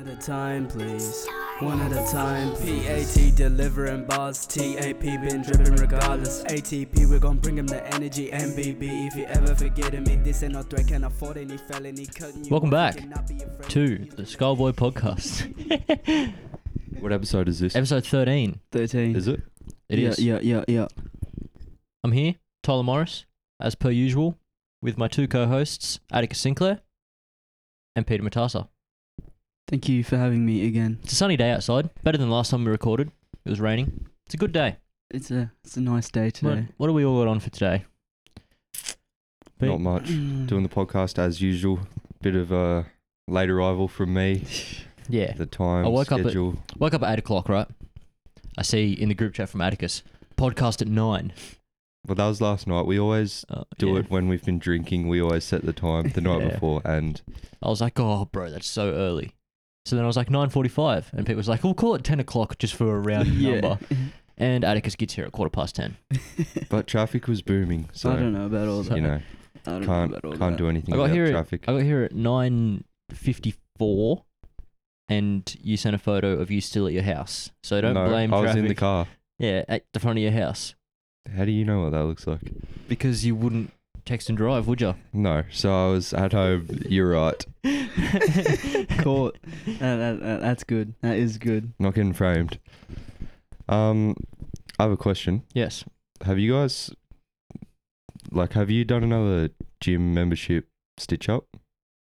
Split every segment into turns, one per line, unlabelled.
at a time, please. One at a time, PAT delivering bars, TAP been dripping regardless. ATP, we're gonna bring him the energy. MBB, if you ever forgetting me, this ain't no threat, can afford any felony. Cutting you
Welcome
off,
back
you cannot be a friend.
to the Skullboy podcast,
What episode is this?
episode 13.
13.
Is it?
It is.
Yeah, yeah, yeah,
I'm here, Tyler Morris, as per usual, with my two co hosts, Atticus Sinclair and Peter Matassa.
Thank you for having me again.
It's a sunny day outside, better than last time we recorded. It was raining. It's a good day.
It's a it's a nice day
What, what do we all got on for today? Pete?
Not much. Doing the podcast as usual. Bit of a late arrival from me.
Yeah.
The time
I woke up at-
schedule.
Woke up at 8 o'clock, right? I see in the group chat from Atticus, podcast at 9.
But that was last night. We always
Oh,
do
yeah.
it when we've been drinking. We always set the time the night
Yeah.
before. And
I was like, oh, bro, that's so early. So then I was like, 9.45. And Pete was like, we'll call it 10 o'clock just for a round number. And Atticus gets here at quarter past 10.
but traffic was booming, so
I don't know about all that.
you know
I don't
can't
know about all
can't
that.
do anything
I got
about
here at-
traffic.
I got here at 9.54 and you sent a photo of you still at your house. So don't
no,
blame
I was
traffic.
in the car.
Yeah, at the front of your house.
How do you know what that looks like?
Because you wouldn't text and drive, would you?
No. So I was at home. Oh, You're right.
Caught.
Uh,
That, that, that, that's good. That is good.
Not getting framed. Um, I have a question.
yes.
have you guys like have you done another gym membership stitch up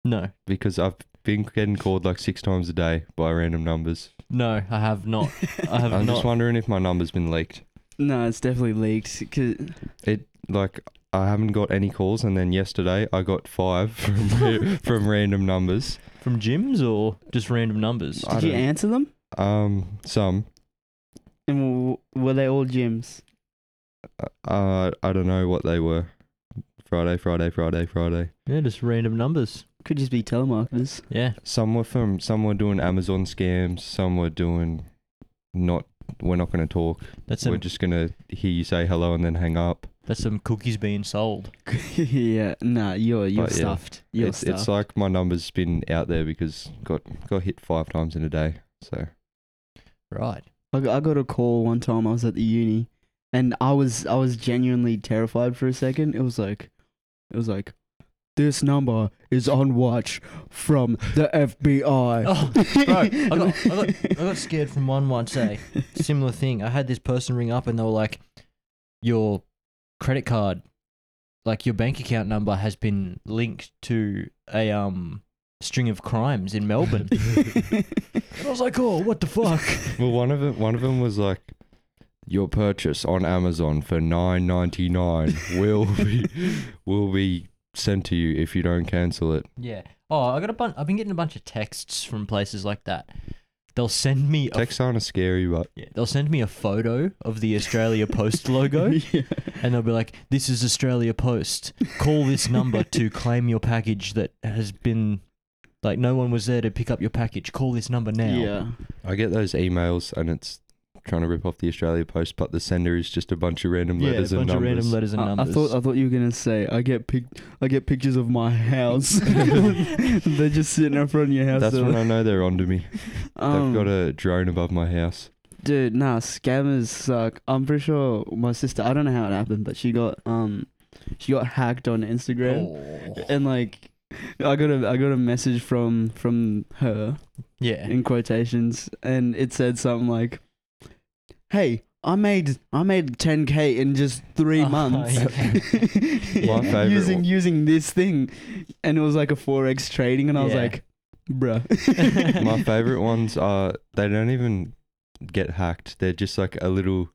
No.
because i've been getting called like six times a day by random numbers
No, I have not. Oh, I have
i'm
not.
just wondering if my number's been leaked
No, it's definitely leaked. 'cause-
like i haven't got any calls and then yesterday i got five from, ra- from random numbers
From gyms or just random numbers?
I
did you
don't-
answer them?
um some
And w- were they all gyms?
uh, i don't know what they were friday friday friday friday
Yeah, just random numbers.
Could just be telemarketers.
Yeah.
some were from some were doing amazon scams some were doing not we're not going to talk
That's
We're
some,
just gonna hear you say hello and then hang up.
that's some cookies being sold.
yeah. Nah, you're you're
But yeah,
stuffed. You're
it's,
stuffed.
it's like my number's been out there because got got hit five times in a day. So
Right.
I, got, I got a call one time. I was at the uni, and I was I was genuinely terrified for a second. It was like, it was like, this number is on watch from the FBI.
Oh, bro, I got, I, got, I got scared from one once, eh? Similar thing. I had this person ring up and they were like, your credit card, like your bank account number has been linked to a um string of crimes in Melbourne. and I was like, oh, what the fuck?
well, one of them one of them was like, your purchase on Amazon for nine ninety nine will be will be sent to you if you don't cancel it.
Yeah. Oh, I got a bunch. I've been getting a bunch of texts from places like that. They'll send me a
Texts aren't as scary, but
Yeah, they'll send me a photo of the Australia Post logo
Yeah.
and they'll be like, This is Australia Post. Call this number to claim your package that has been like no one was there to pick up your package. Call this number now.
Yeah.
I get those emails and it's trying to rip off the Australia Post, but the sender is just a bunch of random
Yeah, a
letters
bunch
and
of
numbers.
random letters and
I, I
numbers.
thought I thought you were gonna say I get pic I get pictures of my house. They're just sitting in front of your house.
That's
they're
when
like,
I know they're onto me.
um,
They've got a drone above my house.
dude. Nah, scammers suck. I'm pretty sure my sister. I don't know how it happened, but she got um, she got hacked on Instagram,
Oh.
and like, I got a I got a message from from her
Yeah.
in quotations, and it said something like, "Hey." I made I made 10k in just three
Oh,
months.
yeah.
My favorite
using
one-
using this thing, and it was like a forex trading, and I was
Yeah.
like, bruh.
My favorite ones are they don't even get hacked. They're just like a little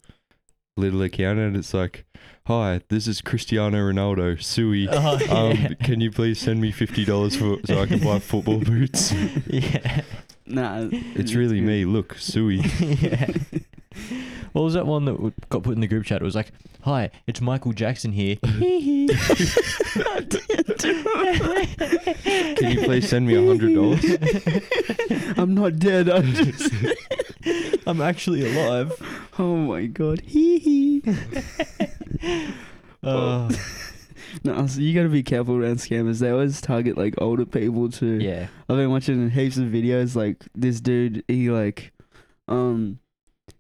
little account and it's like, "Hi, this is Cristiano Ronaldo, Sui.
Oh, yeah.
Um, can you please send me $50 for so I can buy football boots?"
yeah.
Nah,
It's really me. Look, Sui.
yeah. What was that one that w- got put in the group chat? It was like, "Hi, it's Michael Jackson here." Can
Can
you
you please send me $100?
I'm not dead. I'm just.
I'm actually alive.
Oh my god. Hee hee.
Uh,
No, so you gotta be careful around scammers. They always target like older people too.
Yeah.
I've been watching heaps of videos like this dude he like um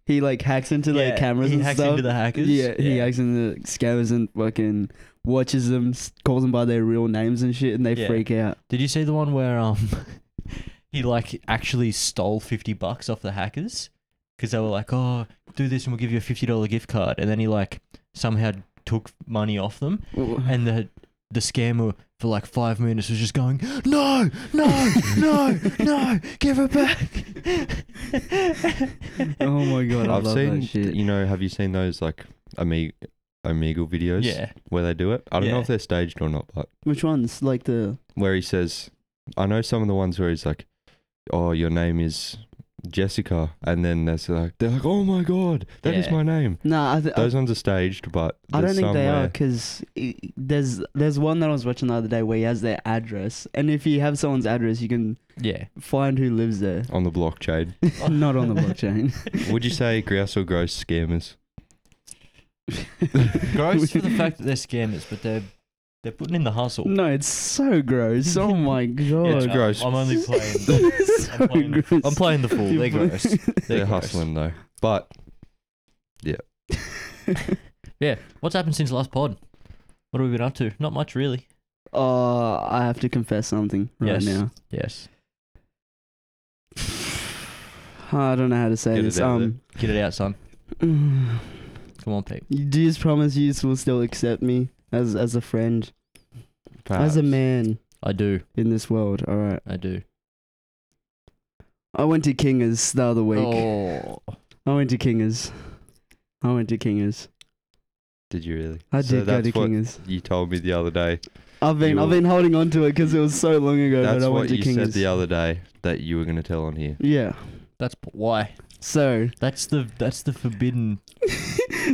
he like hacks into
Yeah,
like cameras
he
and
hacks
stuff.
into the hackers.
Yeah, he
Yeah.
hacks into scammers and fucking watches them, s- calls them by their real names and shit, and they
Yeah.
freak out.
Did you see the one where um he like actually stole fifty bucks off the hackers because they were like, "Oh, do this and we'll give you a fifty dollar gift card," and then he like somehow took money off them, and the the scammer for like five minutes was just going, "No, no, no, no, give it back."
oh my god, I
I've
love
seen,
that shit.
you know, have you seen those like Amiga, Omegle videos
yeah,
where they do it? I don't know
Yeah.
if they're staged or not, but
Which ones? Like the
where he says, I know some of the ones where he's like, "Oh, your name is Jessica," and then that's like, they're like, "Oh my god, that is
Yeah.
my name."
nah, I, th- I,
Those ones are staged, but
I don't
there's
think
some
they are
where-
because there's there's one that I was watching the other day where he has their address, and if you have someone's address, you can
yeah.
find who lives there.
on the blockchain.
Oh.
Not on the blockchain.
Would you say grouse or gross scammers?
Gross for the fact that they're scammers, but they're they're putting in the hustle.
No, it's so gross. Oh my god.
It's gross.
I'm only playing.
It's
I'm
so
playing the-
gross.
I'm playing the fool. They're gross.
They're,
gross.
hustling though. But
What's happened since last pod? What have we been up to? Not much, really.
Uh, I have to confess something right
Yes.
now.
Yes.
I don't know how to say
Get it
this.
out
Um,
Get it out, son.
you
Come on, Pete.
do you just promise you will still accept me as as a friend, as a
perhaps-
man
I do.
in this world? All right.
I do.
I went to Kingers the other week.
Oh.
I went to Kingers. I went to Kingers.
did you really?
I
So
did go to
that's what
Kingers.
You told me the other day.
I've been
you-
I've been holding on to it because it was so long ago.
That's
but I
what
went to
you
Kingers.
said the other day that you were going to tell on here.
yeah.
That's p- why.
So
That's the that's the forbidden.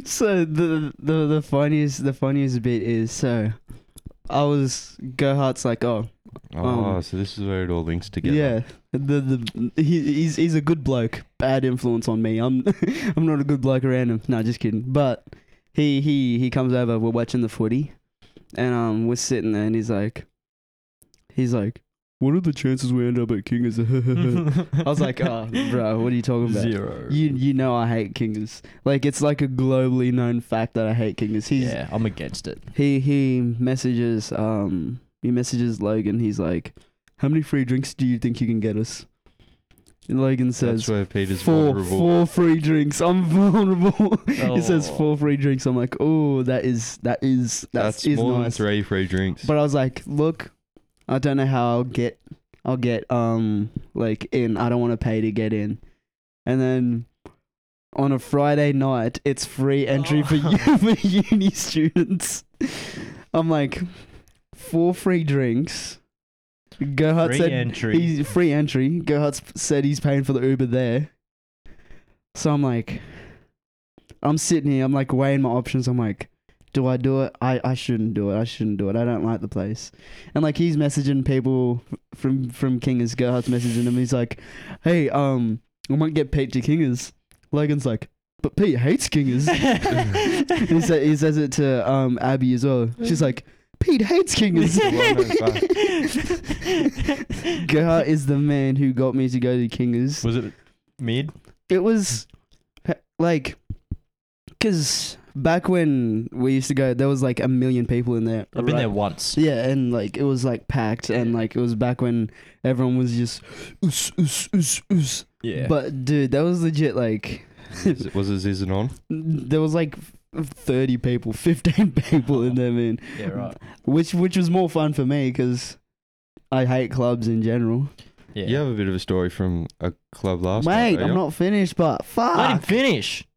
so the, the the funniest the funniest bit is so I was Gohart's like oh
Oh,
Um,
so this is where it all links together.
yeah the the he, he's he's a good bloke bad influence on me I'm I'm not a good bloke around him no just kidding but he he he comes over we're watching the footy and um we're sitting there and he's like he's like what are the chances we end up at Kingers I was like
"Ah,
oh bro what are you talking about
Zero.
you you know I hate Kingers like it's like a globally known fact that I hate Kingers he's
yeah, I'm against it.
He he messages um he messages Logan. He's like, "How many free drinks do you think you can get us?" And Logan
That's
says,
where Peter's
four,
vulnerable.
four free drinks. I'm vulnerable." he says
Oh.
four free drinks. I'm like, "Oh, that is that is that
That's
is
more
nice."
than three free drinks.
But I was like, "Look, I don't know how I'll get I'll get um like in. I don't want to pay to get in." And then on a Friday night, it's free entry for
Oh.
you for uni students. I'm like, four free drinks. Gohart
Free
said
entry.
he's free entry. Gohart said he's paying for the Uber there. So I'm like, I'm sitting here. I'm like weighing my options. I'm like, do I do it? I, I shouldn't do it. I shouldn't do it. I don't like the place. And like he's messaging people from from Kingers. Gohart's messaging him. He's like, hey, um, I might get Pete to Kingers. Logan's like, but Pete hates Kingers. And he, sa- he says it to um, Abby as well. She's like, Pete hates Kingers. Gerhard is the man who got me to go to Kingers.
Was it mid?
It was h- like, because back when we used to go, there was like a million people in there.
I've been
right?
there once.
Yeah, and like it was like packed, and like it was back when everyone was just oos, oos, oos, oos.
Yeah.
But dude, that was legit like
Is it- was it Zizan on?
there was like 30 people 15 people in there man
yeah, right.
which which was more fun for me because i hate clubs in general
Yeah.
You have a bit of a story from a club last night.
mate
don't
i'm
you?
not finished but
I
fuck
didn't finish.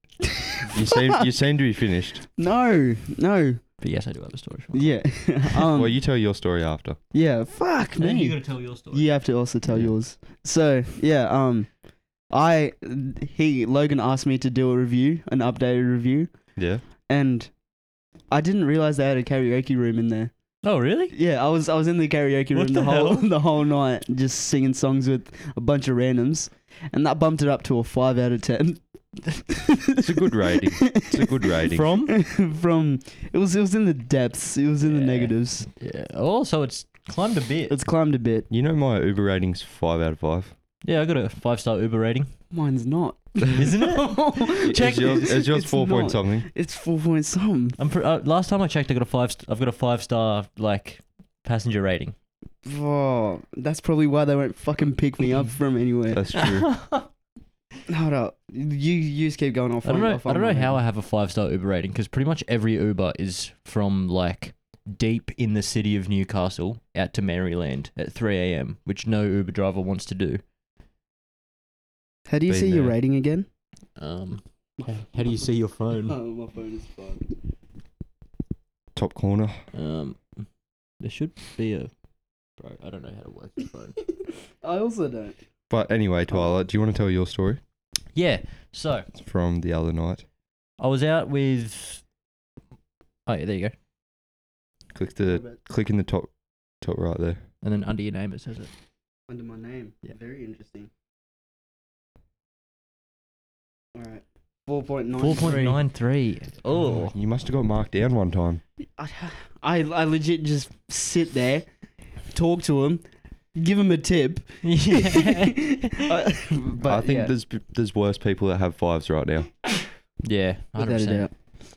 You seem, you seem to be finished.
no no
But yes, I do have a story. for it.
yeah um
well, you tell your story after.
yeah fuck
And then
me
you got to tell your story.
you have to also tell
Yeah.
yours so yeah um i he logan asked me to do a review an updated review
Yeah.
and i didn't realize they had a karaoke room in there
Oh, really?
Yeah, I was I was in the karaoke room
What
the,
the
whole
hell?
the whole night, just singing songs with a bunch of randoms, and that bumped it up to a five out of ten. it's
a good rating. It's a good rating.
From?
From it was it was in the depths. It was in the
Yeah.
negatives.
Yeah. Oh, so it's climbed a bit.
It's climbed a bit.
You know my Uber rating's five out of five.
yeah, I got a five star Uber rating.
Mine's not.
Isn't
it?
Check
is yours, is yours
It's
four point
not.
something?
It's four point some.
I'm pre- uh, last time I checked, I got a five. St- I've got a five star like passenger rating.
Oh, that's probably why they won't fucking pick me up from anywhere.
That's true.
I
Hold up. You you just keep going off.
don't know. I don't know how I have a five star Uber rating because pretty much every Uber is from like deep in the city of Newcastle out to Maryland at 3 a.m., which no Uber driver wants to do.
How do you
Been
see your
there.
rating again?
Um, how do you see your phone?
Oh, my phone is fucked.
Top corner.
Um, there should be a. Bro, I don't know how to work this phone.
I also don't.
But anyway, Twilight, do you want to tell your story
yeah. So
from the other night?
I was out with. Oh yeah, there you go.
Click the click in the top top right there.
And then under your name it says it.
Under my name.
Yeah.
Very interesting. All right. Four point nine.
Four point nine three. Oh.
you must have got marked down one time.
I, I I legit just sit there, talk to him, give him a tip.
yeah.
I- but
I think
yeah.
there's there's worse people that have fives right now.
yeah.
Without a
100%.
doubt.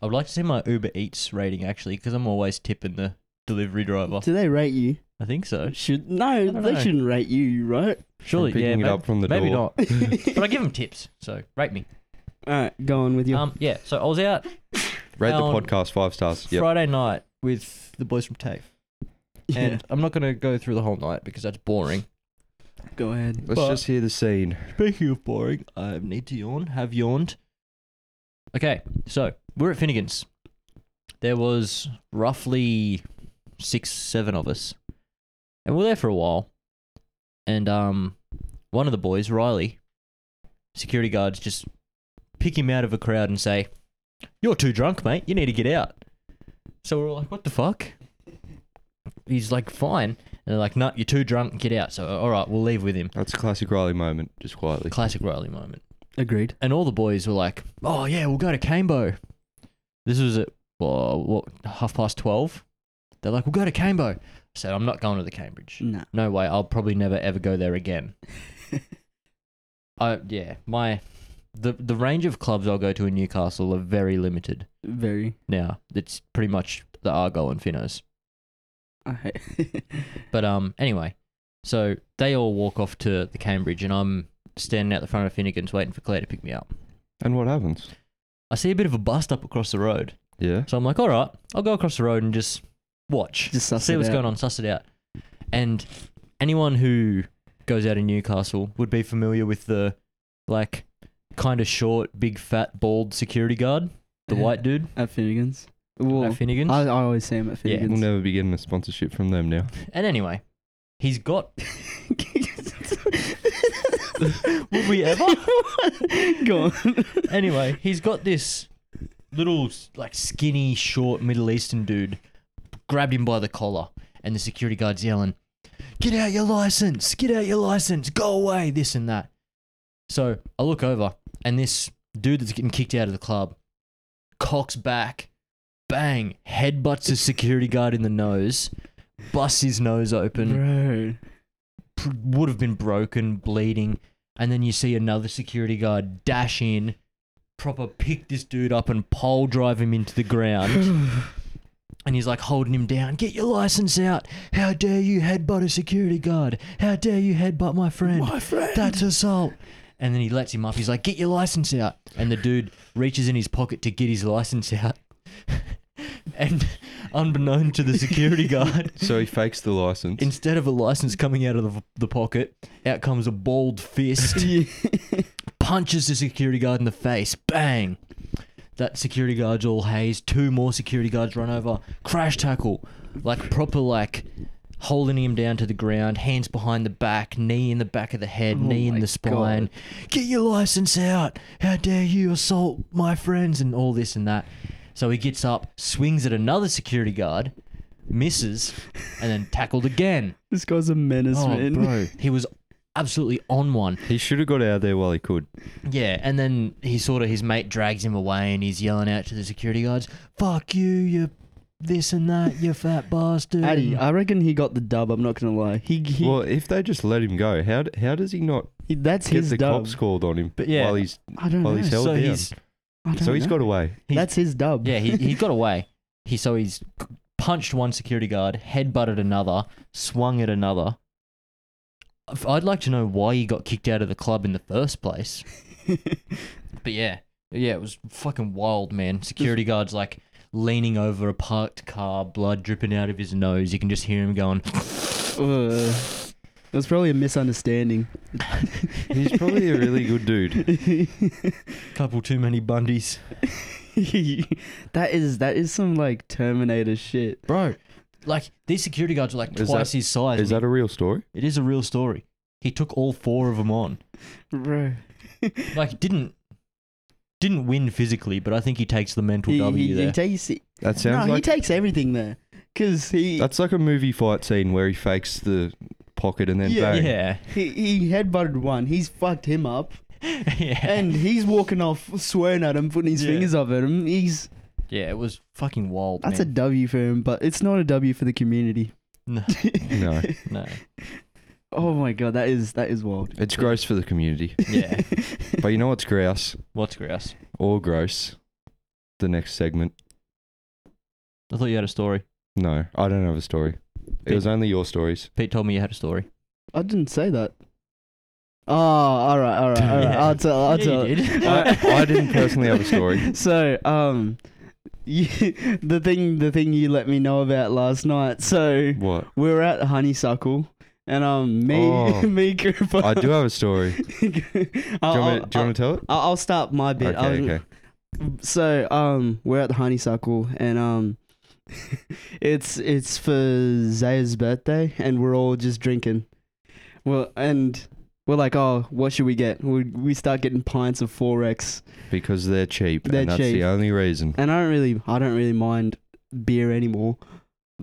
I'd like to see my Uber Eats rating actually, because I'm always tipping the delivery driver.
Do they rate you?
I think so.
Should
I
no,
don't
they
know.
shouldn't rate you, right?
Surely,
From
yeah.
picking
Maybe,
it up from the
maybe
door.
not. But I give them tips, so rate me.
All right, go on with your.
Um, yeah. So I was out
Rate the
Um,
podcast five stars. Yep.
Friday night with the boys from TAFE.
Yeah,
E. And I'm not going to go through the whole night because that's boring.
go ahead.
Let's
but-
just hear the scene.
Speaking of boring, I need to yawn. Have yawned. Okay, so we're at Finnegan's. There was roughly six, seven of us, and we were there for a while. And um, one of the boys, Riley, security guards, just pick him out of a crowd and say, "You're too drunk, mate. You need to get out." So we're all like, "What the fuck?" He's like, "Fine," and they're like, "No, you're too drunk. Get out." So all right, we'll leave with him.
That's a classic Riley moment, just quietly.
Classic Riley moment.
Agreed.
And all the boys were like, "Oh yeah, we'll go to Cambo." This was at well, what half past twelve. They're like, "We'll go to Cambo." I said, "I'm not going to the Cambridge.
No.
No way. I'll probably never ever go there again." I yeah, my the the range of clubs I'll go to in Newcastle are very limited
Very.
now. It's pretty much the Argo and Finnos.
I hate.
But um, anyway, so they all walk off to the Cambridge, and I'm standing out the front of Finnegan's waiting for Claire to pick me up.
And what happens?
I see a bit of a bust up across the road.
Yeah.
So I'm like, all right, I'll go across the road and just watch,
Just suss
see
it
what's
out.
going on, suss it out. And anyone who goes out in Newcastle would be familiar with the like kind of short, big, fat, bald security guard, the white dude
at Finnegan's. Well,
at Finnegan's.
I, I always say him at
Yeah.
We'll
Finnegan's.
never be getting a sponsorship from them now.
and anyway, he's got Would we ever?
Go on.
anyway, he's got this little like skinny, short Middle Eastern dude grabbed him by the collar, and the security guard's yelling, "Get out your license! Get out your license! Go away!" This and that. So I look over, and this dude that's getting kicked out of the club cocks back, bang, headbutts his security guard in the nose, busts his nose
Bro.
open pr- would have been broken, bleeding, and then you see another security guard dash in, proper pick this dude up and pole drive him into the ground, and he's like holding him down. Get your license out! How dare you headbutt a security guard? How dare you headbutt my friend?
My friend.
That's assault. And then he lets him up. He's like, "Get your license out!" And the dude reaches in his pocket to get his license out, and unbeknown to the security guard,
So he fakes the license.
Instead of a license coming out of the, the pocket, out comes a bald fist, punches the security guard in the face, bang. That security guard's all hazed. Two more security guards run over, crash tackle, like proper like holding him down to the ground, hands behind the back, knee in the back of the head,
Oh
knee in
my
the spine. Get your license out! How dare you assault my friends and all this and that. So he gets up, swings at another security guard, misses, and then tackled again.
This guy's a menace,
Oh,
man.
bro, he was absolutely on one.
He should have got out there while he could.
Yeah, and then he sort of his mate drags him away, and he's yelling out to the security guards, "Fuck you, you this and that, you fat bastard."
Addy, I reckon he got the dub. I'm not gonna lie. He, he,
Well, if they just let him go, how d- how does he not
he- that's
get
his
the
dub.
cops called on him
But yeah,
while he's
I don't
while
know.
he's held
so
down?
he's
I don't
so he's
know.
got away.
he's-
that's his dub.
yeah, he, he got away. He so he's c- punched one security guard, head butted another, swung at another. If- I'd like to know why he got kicked out of the club in the first place. But yeah, yeah, it was fucking wild, man. Security guards like leaning over a parked car, blood dripping out of his nose. You can just hear him going.
Uh, it was probably a misunderstanding.
He's probably a really good dude.
Couple too many Bundys,
that is that is some like Terminator shit.
bro. Like these security guards are like
Is
twice
that-
his size.
Is that a real story?
it is a real story. He took all four of them on.
Bro.
Like didn't didn't win physically, but I think he takes the mental
He,
W
he,
there.
he takes it-
That
no,
sounds
he
like
takes everything there. Cause he,
that's like a movie fight scene where he fakes the pocket and then
Yeah,
bang.
yeah,
he he headbutted one. He's fucked him up,
yeah,
and he's walking off, swearing at him, putting his
Yeah.
fingers up at him. He's
yeah. It was fucking wild.
that's a
man.
W for him, but it's not a W for the community.
No.
No,
no.
Oh my god, that is that is wild.
it's gross for the community.
Yeah.
But you know what's grouse
What's gross?
or gross? The next segment.
I thought you had a story.
No, I don't have a story. It was only your stories.
Pete told me you had a story.
I didn't say that. Oh, all right, all right, all right.
Yeah.
I'll tell. I'll tell.
I- I didn't personally have a story.
So, um, you, the thing, the thing you let me know about last night. So
What?
we were at Honeysuckle, and um, me,
Oh.
me, Griffo.
I do have a story. Do
I'll,
you want
I'll,
me to, do you want me to tell it?
I'll, I'll start my Oh, bit.
Okay,
I'll-
okay.
So, um, we're at the Honeysuckle, and um, it's it's for Zaya's birthday, and we're all just drinking. Well, and we're like, oh, what should we get? We we start getting pints of Forex,
Because they're cheap,
They're
and that's
cheap.
the only reason.
and I don't really I don't really mind beer anymore.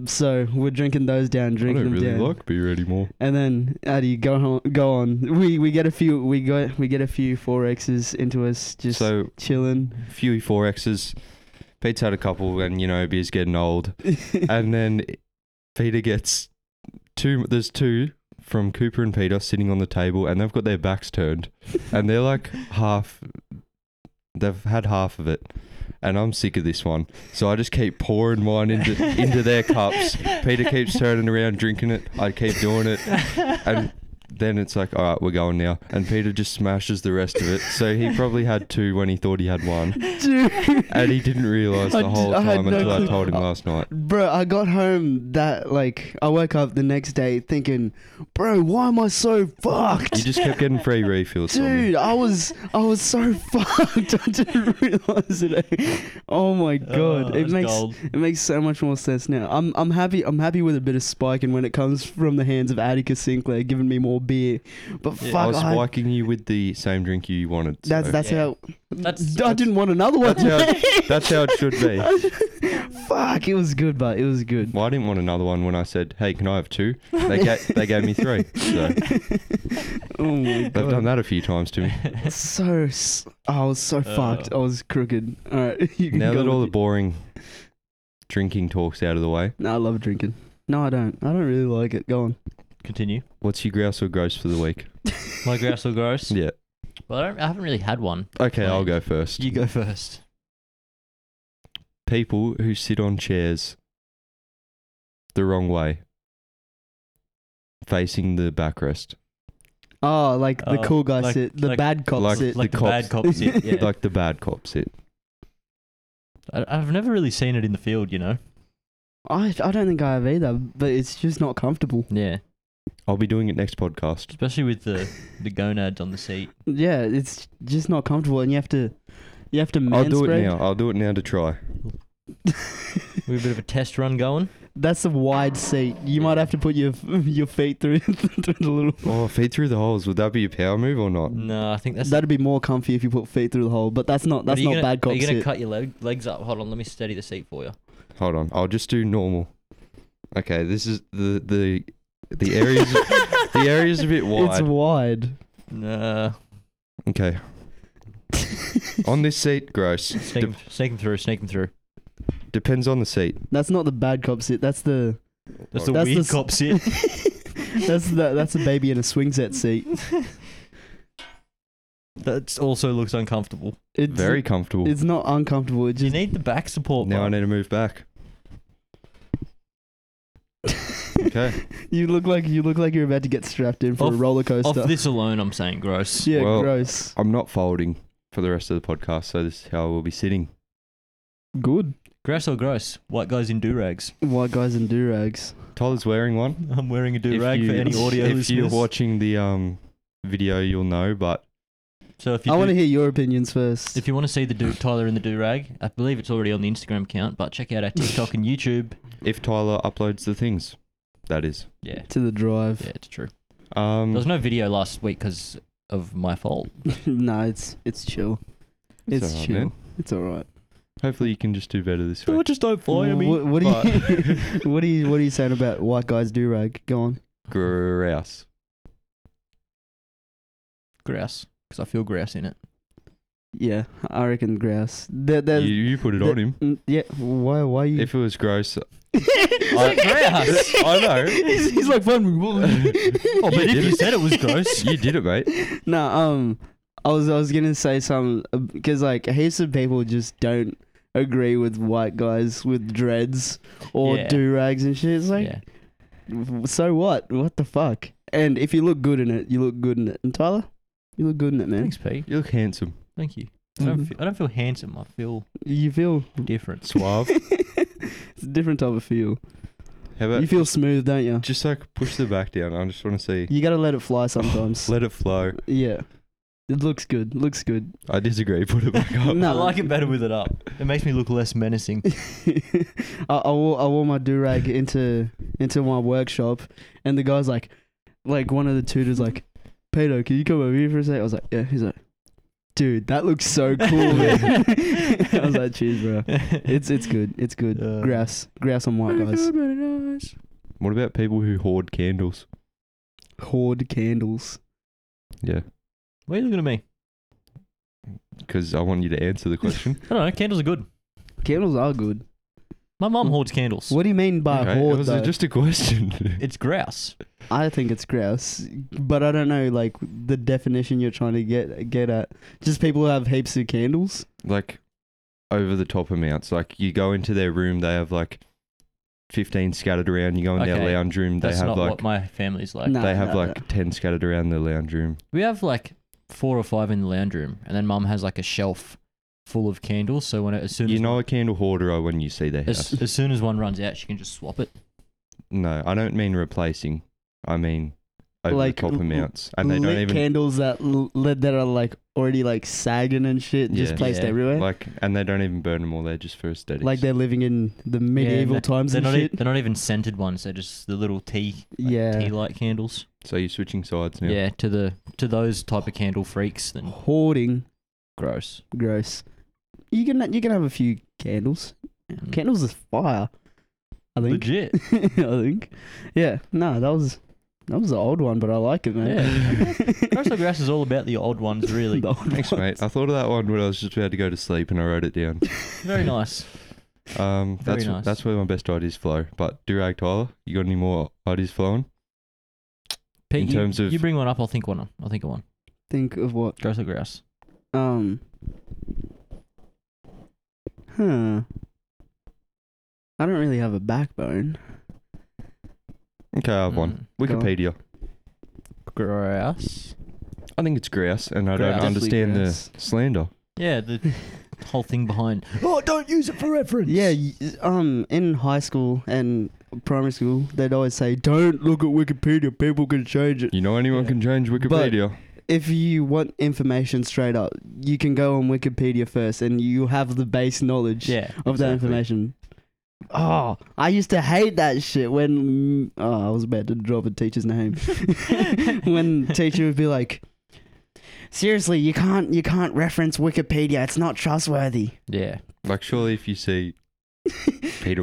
So we're drinking those down, drinking
I don't
them
really
down,
like beer anymore.
and then Addy go on, go on. We we get a few we go we get a few Forexes into us, just
so,
chilling.
few four X's. Pete's had a couple, and you know, beer's getting old. and then Peter gets two. There's two from Cooper and Peter sitting on the table, and they've got their backs turned, and they're like half. They've had half of it, and I'm sick of this one. So I just keep pouring mine into into their cups. Peter keeps turning around, drinking it. I keep doing it, and then it's like, all right, we're going now. And Peter just smashes the rest of it. So he probably had two when he thought he had one,
Dude.
and he didn't realize
I
the whole
d- I had
time
no
until I
clue.
told him
Uh,
last night.
Bro, I got home that like I woke up the next day thinking, bro, why am I so
You
fucked?
just kept getting free refills. from me.
Dude, I was I was so fucked. I didn't realize it. Oh my god, it makes it makes so much more sense now. I'm I'm happy I'm happy with a bit of spiking when it comes from the hands of Atticus Sinclair giving me more beer. But
Yeah,
I
fuck,
was
I,
spiking you with the same drink you wanted.
that's
so
that's
Yeah.
how.
That's-
I didn't want another one.
that's how that's how it should be.
fuck, it was good, but it was good.
Well, I didn't want another one when I said, "Hey, can I have two? They gave they gave me three. So
Oh my god.
they've done that a few times to me.
so s- I was so fucked. I was crooked. All right, you can
Now
go
that all the
with
boring drinking talks out of the way,
it. no, I love drinking. No, I don't. I don't really like it. Go on.
Continue.
what's your grouse or gross for the week?
My grouse or gross?
Yeah.
Well, I, don't, I haven't really had one.
Okay, I'll go first.
You go first.
People who sit on chairs the wrong way, facing the backrest,
Oh, like the
Oh,
cool guy
like-
sit, the
like-
bad cop
like-
sit.
like the,
cops-
bad cops. yeah, yeah.
like the bad cop sit.
I, I've never really seen it in the field, you know.
I, I don't think I have either, but it's just not comfortable.
Yeah,
I'll be doing it next podcast.
especially with the the gonads on the seat.
Yeah, it's just not comfortable, and you have to, you have to manspread.
I'll do it now. I'll do it now to try.
We have a bit of a test run going.
That's a wide seat. You might have to put your your feet through, through the little.
Oh, feed through the holes. Would that be a power move or not?
No, I think that's.
That'd be more comfy if you put feet through the hole, but that's not
But
that's
are you
not
gonna,
bad
Are
cop
you gonna
sit.
cut your leg, legs up? Hold on, let me steady the seat for you.
Hold on. I'll just do normal. Okay, this is the the the areas The area's a bit
It's
wide.
wide.
Nah.
okay. On this seat, gross.
Sneak, him- sneak him through, sneak him through.
Depends on the seat.
That's not the bad cop sit. That's the
That's the
That's
weird
the s-
cop sit.
that's the that's a baby in a swing set seat.
That also looks uncomfortable.
It's
Very comfortable.
It's not uncomfortable. It
You
just
need the back support.
Now I
bro.
need to move back. Okay.
you look like you look like you're about to get strapped in for
Off-
a roller
Off
coaster.
this alone, I'm saying gross.
yeah,
Well-
gross.
I'm not folding for the rest of the podcast, so this is how I will be sitting.
Good.
Gross or gross? White guys in do rags.
White guys in do rags.
Tyler's wearing one.
I'm wearing a do
If
rag for
you-
any audio
If
listeners.
you're watching the um video, you'll know. But
so if you
I want
do-
to hear your opinions first.
If you want to see the dude Tyler in the do rag, I believe it's already on the Instagram account, but check out our TikTok and YouTube.
if Tyler uploads the things, that is.
Yeah,
to the drive.
yeah, it's true. There was
Um,
no video last week because of my fault.
no, it's it's chill. It's,
alright,
chill.
man.
It's all right.
Hopefully, you can just do better this week.
just don't
what, what are you what are you what are you saying about white guys do rag? Go on.
Grouse.
Grouse, because I feel grouse in it.
Yeah, I reckon grouse. There,
You,
there's,
you put it
the-
on him.
mm, yeah. Why why you?
If it was gross,
grouse.
I know.
He's, he's like fun.
Oh, but
did
if you
it.
said it was gross,
you did it, mate.
No, um, I was I was gonna say something because like heaps of people just don't agree with white guys with dreads or
Yeah.
do rags and shit. It's like,
yeah,
w- so what? What the fuck? And if you look good in it, you look good in it. And Tyler, you look good in it, man.
thanks, Pete.
You look handsome.
Thank you. I don't,
Mhm.
feel, I don't feel handsome. I feel
You feel
different.
Suave.
it's a different type of feel.
How about
you feel smooth, don't you?
just like push the back down? I just want to see.
You gotta let it fly sometimes.
Let it flow.
yeah, it looks good. Looks good.
I disagree. Put it back up.
No.
I like it better with it up. It makes me look less menacing.
I, I wore I wore my do rag into into my workshop, and the guy's like, like one of the tutors like, Pedo, can you come over here for a sec? I was like, yeah. He's like, dude, that looks so cool. man." I was like, cheers, bro. It's it's good. It's good.
Uh,
grass, grass on white guys.
What about people who hoard candles?
Hoard candles.
Yeah,
Why are you looking at me?
because I want you to answer the question.
I don't know. Candles are good.
Candles are good.
My mum hoards candles.
Hmm. What do you mean by
Okay, it
hoard
was
though?
just a question.
It's grouse.
I think it's grouse, but I don't know like the definition you're trying to get get at. Just people who have heaps of candles.
like over the top amounts. Like you go into their room, they have like fifteen scattered around. You go in their
Okay,
lounge room, they
That's
have
not
like
what my family's like.
No,
they have
no,
like ten scattered around their lounge room.
We have like four or five in the lounge room, and then mum has like a shelf full of candles. So when it, as soon
You
as
know a candle hoarder are when you see their house.
as, as soon as one runs out, she can just swap it.
no, I don't mean replacing. I mean over
Like,
the top
l-
amounts, and they
lit
don't even
candles that l- lit that are like already like sagging and shit, just
Yeah.
placed
Yeah.
everywhere. Like,
like, and they don't even burn them all. They're just for aesthetics.
they're living in the medieval
they-
times
They're
and
not, e-
shit.
they're not even scented ones. They're just the little tea, like
Yeah.
tea light candles.
so you're switching sides
Yeah.
now.
to the to those type of candle freaks. Then
Hoarding,
gross.
gross. You can you can have a few candles.
Mm.
Candles is fire. I think.
Legit.
I think. Yeah. No, that was that was an old one, but I like it, man.
Yeah. gross or grass is all about the old ones, really.
The old
Thanks,
one.
mate. I thought of that one when I was just about to go to sleep, and I wrote it down.
Very nice.
Um,
Very
that's
nice.
that's where my best ideas flow. But Durag Tyler, you got any more ideas flowing?
Pete,
In
you,
terms of-
you bring one up, I'll think one up. I'll think of one.
Think of what?
Gross or grouse?
Um. Huh. I don't really have a backbone.
Okay, I have one.
Mm.
Go on.
Wikipedia.
Grouse.
I think it's grouse, and I
Grouse.
don't understand
Definitely
the slander.
Yeah, the whole thing behind. Oh, don't use it for reference.
Yeah, y- um, in high school and primary school, they'd always say, "Don't look at Wikipedia; people can change it."
You know, anyone
Yeah.
can change Wikipedia.
If you want information straight up, you can go on Wikipedia first, and you have the base knowledge
Yeah.
of that
exactly.
information. Oh, I used to hate that shit when oh, I was about to drop a teacher's name. when teacher would be like, "Seriously, you can't you can't reference Wikipedia; it's not trustworthy."
Yeah.
Like, surely if you see Peter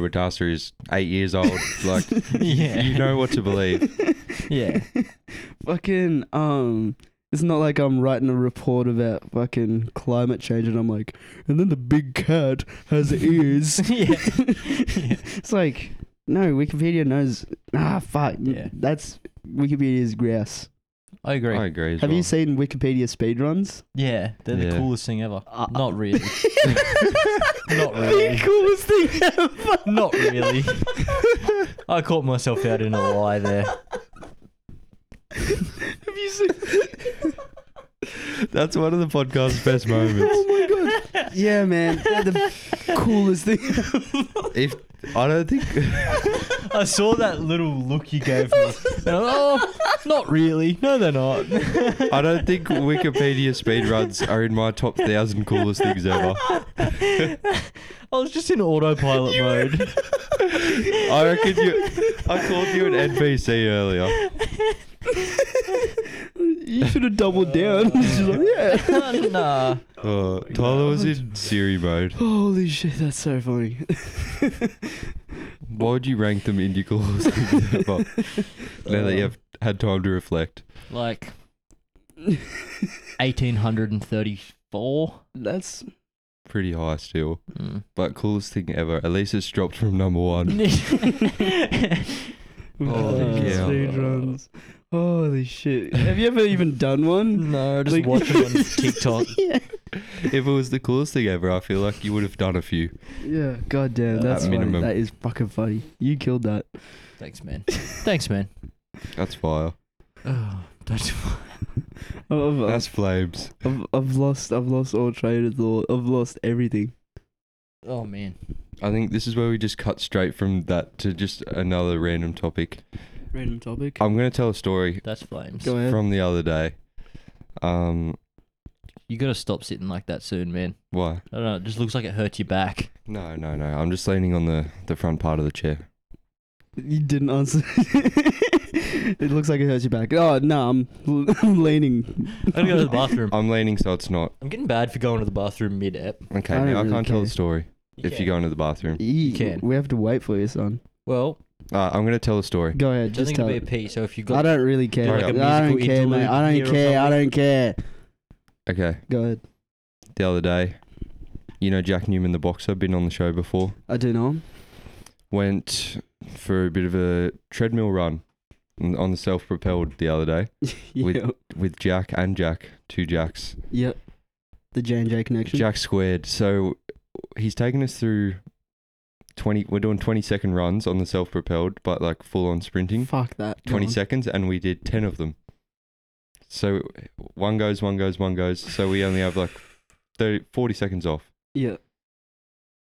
Radassa is eight years old, like,
Yeah.
you know what to believe.
Yeah.
fucking um it's not like I'm writing a report about fucking climate change and I'm like, and then the big cat has ears.
yeah.
It's like, no, Wikipedia knows. Ah, fuck.
Yeah.
That's Wikipedia's grouse.
I agree.
I agree. As
Have
well.
you seen Wikipedia speedruns?
yeah, they're the
Yeah.
coolest thing ever.
Uh,
Not really. Not
The
really.
coolest thing ever.
Not really. I caught myself out in a lie there.
Have you seen?
That's one of the podcast's best moments.
oh my god. Yeah, man. They're the coolest thing.
if I don't think
I saw that little look you gave me. And I was, oh, not really. No, they're not.
I don't think Wikipedia speedruns are in my top thousand coolest things ever.
I was just in autopilot mode.
I reckon you. I called you an NPC earlier.
You should have doubled down. She's like, yeah.
nah.
Uh, Tyler was in Siri mode.
Holy shit, that's so funny.
Why would you rank them in your coolest things ever? Now
Uh,
that you have had time to reflect.
Like 1834.
That's
Pretty high still.
Mm.
But coolest thing ever. At least it's dropped from number one.
Wikipedia
yeah.
speedruns. Holy shit. Have you ever even done one?
no, just
Like-
watch it on TikTok.
Yeah.
if it was the coolest thing ever, I feel like you would have done a few.
Yeah. God damn,
At
that's funny.
minimum.
That is fucking funny. You killed that.
Thanks, man. Thanks, man.
That's fire.
Oh, don't.
I've,
That's flames.
I've, I've lost I've lost all train of thought. I've lost everything.
Oh man.
I think this is where we just cut straight from that to just another random topic.
Random topic.
I'm going to tell a story
That's flames.
Go ahead.
Oh, from the other day. Um,
You gotta stop sitting like that soon, man.
why?
I don't know. It just looks like it hurts your back.
No, no, no. I'm just leaning on the, the front part of the chair.
you didn't answer. it looks like it hurts your back. Oh no, I'm, I'm leaning.
I'm gonna go to the bathroom.
I'm leaning so it's not.
I'm getting bad for going to the bathroom mid ep.
Okay,
I don't
now I
really
can't tell
care.
the story if you go into the bathroom.
You
can.
We have to wait for you, son.
well,
Uh, I'm going to tell a story.
Go ahead,
it doesn't
just
need to
tell
be a
it.
pee. So if you
I
got,
don't really care.
like a
I don't
musical
care, mate.
interlude
I
here
don't
or
care. I
something?
don't care.
Okay,
Go ahead.
the other day, you know Jack Newman, the boxer, been on the show before,
I do know.
went for a bit of a treadmill run on on the self propelled the other day With-
yeah.
with Jack and Jack, two Jacks.
Yep. The J and J connection.
Jack squared. So he's taken us through twenty. We're doing twenty second runs on the self propelled, but like full on sprinting,
Fuck that. Go
twenty
on.
seconds, and we did ten of them. So one goes, one goes, one goes. So we only have like 30, 40 seconds off,
Yeah.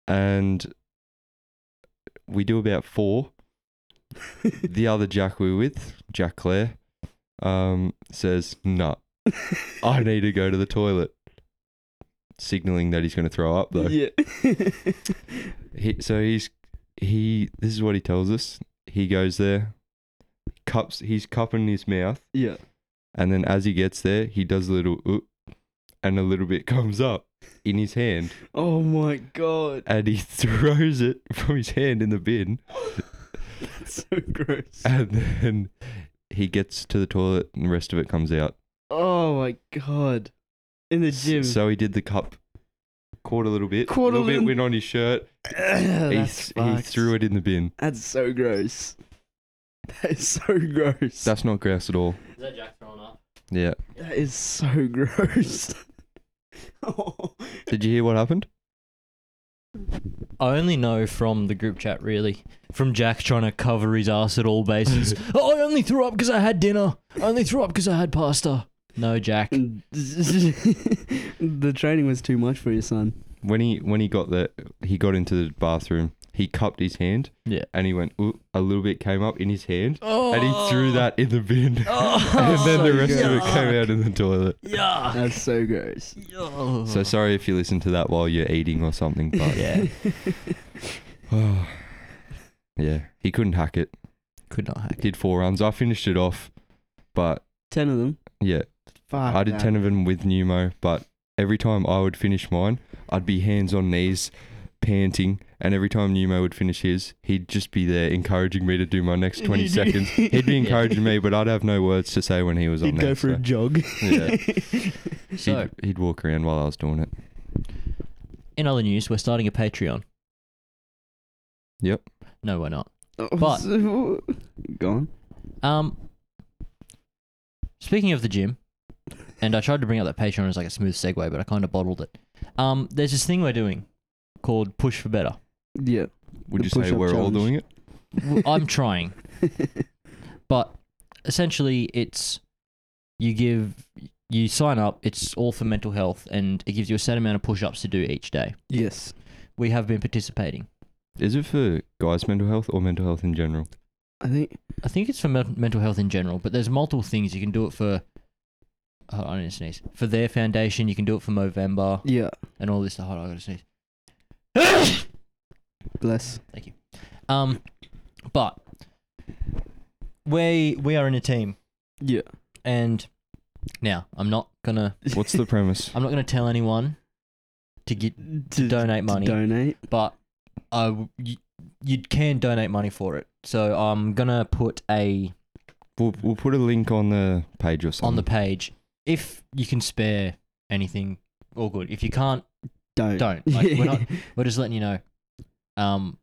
and we do about four. The other Jack we were with, Jack Clare, um, says, "Nah, I need to go to the toilet," signaling that he's going to throw up though.
Yeah.
He, so he's he. This is what he tells us. He goes there, cups. He's cupping his mouth,
yeah.
and then as he gets there, he does a little oop, and a little bit comes up in his hand,
Oh my god.
and he throws it from his hand in the bin,
That's so gross.
and then he gets to the toilet, and the rest of it comes out.
Oh my god. In the gym.
So he did the cup. Caught a little bit.
Caught a
little bit
little- Oh,
went on his shirt. He,
that's
th- he threw it in the bin.
That's so gross. That is so gross.
That's not grouse at all.
is that Jack throwing up?
Yeah.
that is so gross. oh.
Did you hear what happened?
I only know from the group chat, really, from Jack trying to cover his ass at all bases. oh, I only threw up because I had dinner. I only threw up because I had pasta. No, Jack.
the training was too much for your son.
when he when he got the he got into the bathroom, he cupped his hand.
Yeah.
And he went, Ooh, a little bit came up in his hand,
Oh,
and he threw that in the bin,
Oh,
and then the
so
rest of it
yuck.
came out in the toilet.
Yeah.
That's so gross.
So sorry if you listen to that while you're eating or something, but
Oh. Yeah.
yeah, he couldn't hack it.
Could not hack it.
Did four runs. I finished it off, but
Ten of them.
yeah,
Fuck.
I did
that.
ten of them with pneumo. But every time I would finish mine, I'd be hands on knees, panting, and every time Nemo would finish his, he'd just be there encouraging me to do my next 20 seconds. He'd be encouraging me, but I'd have no words to say when he was on
He'd
there.
go for a
so,
jog.
yeah,
So,
he'd, he'd walk around while I was doing it.
in other news, we're starting a Patreon.
Yep.
No, we're not. But-
But go on.
Um, speaking of the gym, and I tried to bring up that Patreon as like a smooth segue, but I kind of bottled it. Um, there's this thing we're doing called Push for Better.
Yeah.
Would
The
you say
push-up
we're all
challenge.
doing it?
W- I'm trying, but essentially it's you give you sign up. It's all for mental health, and it gives you a set amount of push-ups to do each day.
yes.
We have been participating.
Is it for guys' mental health or mental health in general?
I think
I think it's for men- mental health in general, but there's multiple things you can do it for. Hold on, I need to sneeze. For their foundation, you can do it for Movember
yeah.
and all this stuff. Hold on, I gotta sneeze.
Bless.
um, but we we are in a team,
Yeah.
and now I'm not gonna
What's the premise?
I'm not gonna tell anyone to get
to
donate
to
money.
donate.
but I w- you, you can donate money for it. So I'm gonna put a
We'll, we'll put a link on the page or something.
on the page if you can spare anything. All good. If you can't,
Don't.
don't. Like, we're not. We're just letting you know. Um,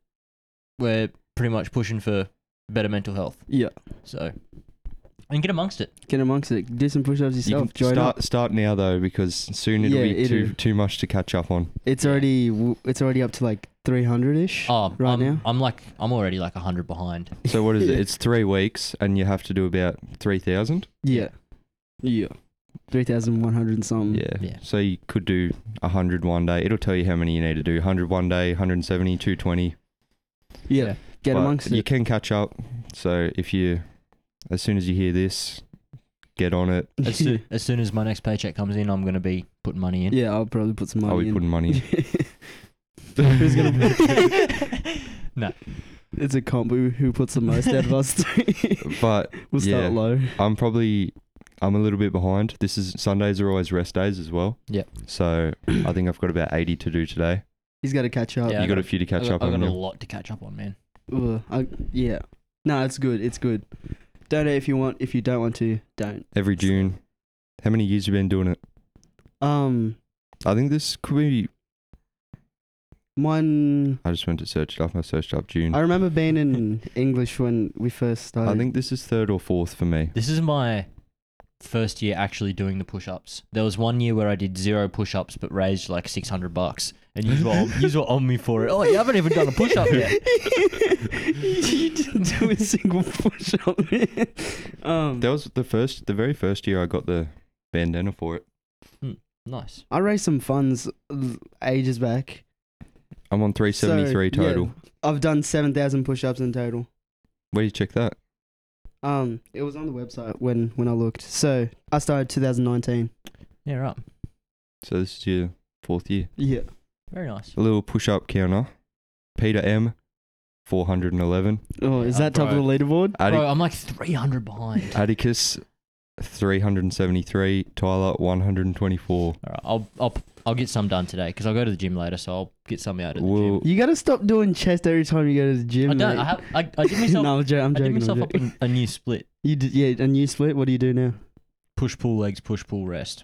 we're pretty much pushing for better mental health.
Yeah.
So, and get amongst it.
Get amongst it. Do some push-ups
You
yourself.
can
Join up.
start, start now though because soon it'll
Yeah,
be too,
it'll-
too much to catch up on.
It's
Yeah.
already w- it's already up to like 300 ish.
Oh,
Right
I'm,
now?
I'm like I'm already like hundred behind.
So what is it?
Yeah.
It's three weeks and you have to do about 3,000?
Yeah. Yeah. 3,100 and something.
Yeah.
Yeah.
So you could do 100 one day. It'll tell you how many you need to do. 100 one day, 170, 220.
Yeah.
Yeah.
Get
But
amongst
You
it.
can catch up. So if you, as soon as you hear this, get on it.
As soon as, soon as my next paycheck comes in, I'm gonna be putting money in.
yeah, I'll probably put some money
I'll be
in.
putting money
Who's gonna
No.
It's a comp who, who puts the most out of us.
in. But
we'll
Yeah.
start low.
I'm probably I'm a little bit behind. This is Sundays are always rest days as well.
Yep.
So I think I've got about 80 to do today.
He's got to catch up.
Yeah, I
you got
got-
a few to
I
catch
got,
up
I
on.
got a
now.
lot to catch up on, man.
Ugh, I, yeah. No, it's good. It's good. Donate if you want. If you don't want to, don't.
Every June. How many years you been doing it?
Um,
I think this could be.
mine.
I just went to search it up. and I searched up June.
I
I,
remember being in English when we first started.
think this is third or fourth for me.
This is my first year actually doing the push-ups. There was one year where I did zero push-ups but raised like 600 bucks and you were on, you were on me for it. Oh, you haven't even done a push-up yet.
you didn't do a single push up. um,
That was the first, the very first year I got the bandana for it.
Nice.
I raised some funds l- ages back.
I'm on 373
So, yeah.
total.
I've done seven thousand push ups in total.
Where do you check that?
Um, it was on the website when when I looked. So I started 2019.
Yeah, right.
So this is your fourth year.
Yeah.
Very nice.
A little push-up counter. Peter M. 411.
Oh,
Yeah,
is that top of the
bro.
leaderboard?
Adi-
Bro, I'm like 300 behind.
Atticus, 373. Tyler, 124.
All right, I'll I'll I'll get some done today because I'll go to the gym later, so I'll get some out at the
We'll,
gym.
You gotta stop doing chest every time you go to the gym.
I don't.
mate.
I have. I, I did myself.
no, I'm joking. I'm joking.
I did
I'm
myself up
joking.
a, a new split.
You did, yeah, and you split. What do you do now?
Push pull legs. Push pull rest.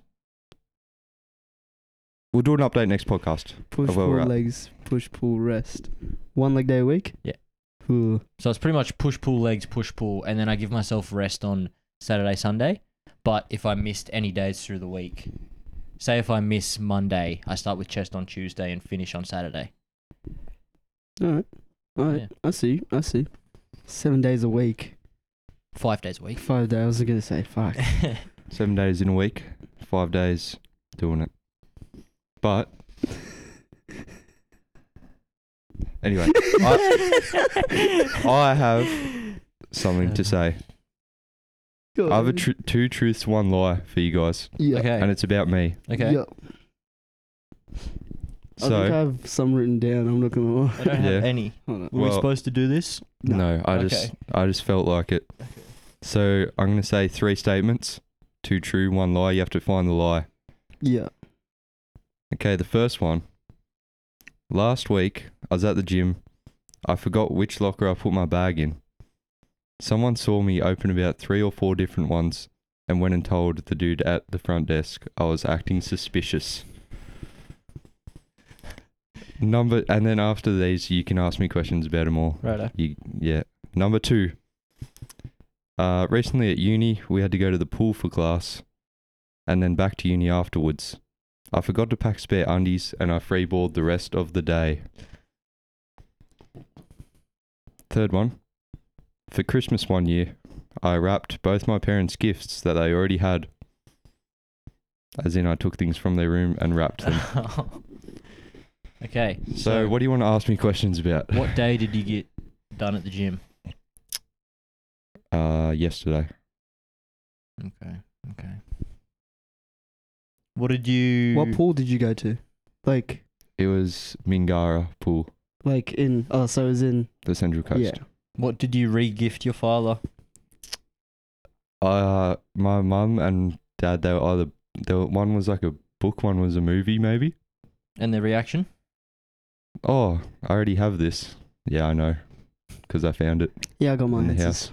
we'll do an update next podcast.
Push
Oh, well,
pull
right.
legs, push pull rest. One leg day a week.
Yeah.
Ooh.
So it's pretty much push pull legs push pull, and then I give myself rest on Saturday Sunday. But if I missed any days through the week, say if I miss Monday, I start with chest on Tuesday and finish on Saturday.
All right. All right.
Yeah.
I see. I see. Seven days a week.
Five days a week.
Five days. I was gonna say fuck.
Seven days in a week, five days doing it. But anyway, I have something to say. I have a tr- two truths, one lie for you guys,
Yeah.
Okay.
and it's about me.
okay.
Yeah. I think I
So
have some written down. I'm not gonna lie.
I don't have
Yeah.
any.
Hold on.
Were we
Well-
supposed to do this?
no, I just
Okay.
I just felt like it. So I'm gonna say three statements, two true, one lie. You have to find the lie.
Yeah.
Okay, the first one Last week, I was at the gym. I forgot which locker I put my bag in. Someone saw me open about three or four different ones and went and told the dude at the front desk I was acting suspicious. Number and then after these you can ask me questions about them all.
Righto.
You, yeah. Number two. Uh, recently at uni, we had to go to the pool for class and then back to uni afterwards. I forgot to pack spare undies and I freeballed the rest of the day. Third one. For Christmas one year, I wrapped both my parents' gifts that they already had. As in, I took things from their room and wrapped them.
okay.
So, what do you want to ask me questions about?
What day did you get done at the gym?
Uh, yesterday.
Okay. Okay. What did you?
What pool did you go to? Like,
It was Mingara Pool,
like in? Oh, so it was in.
the Central Coast.
Yeah.
What did you re-gift your father?
Uh, my mum and dad, they were either they were, one was like a book, one was a movie, maybe.
And their reaction?
Oh, I already have this. Yeah, I know, because I found it.
Yeah, I got my
In the
answers.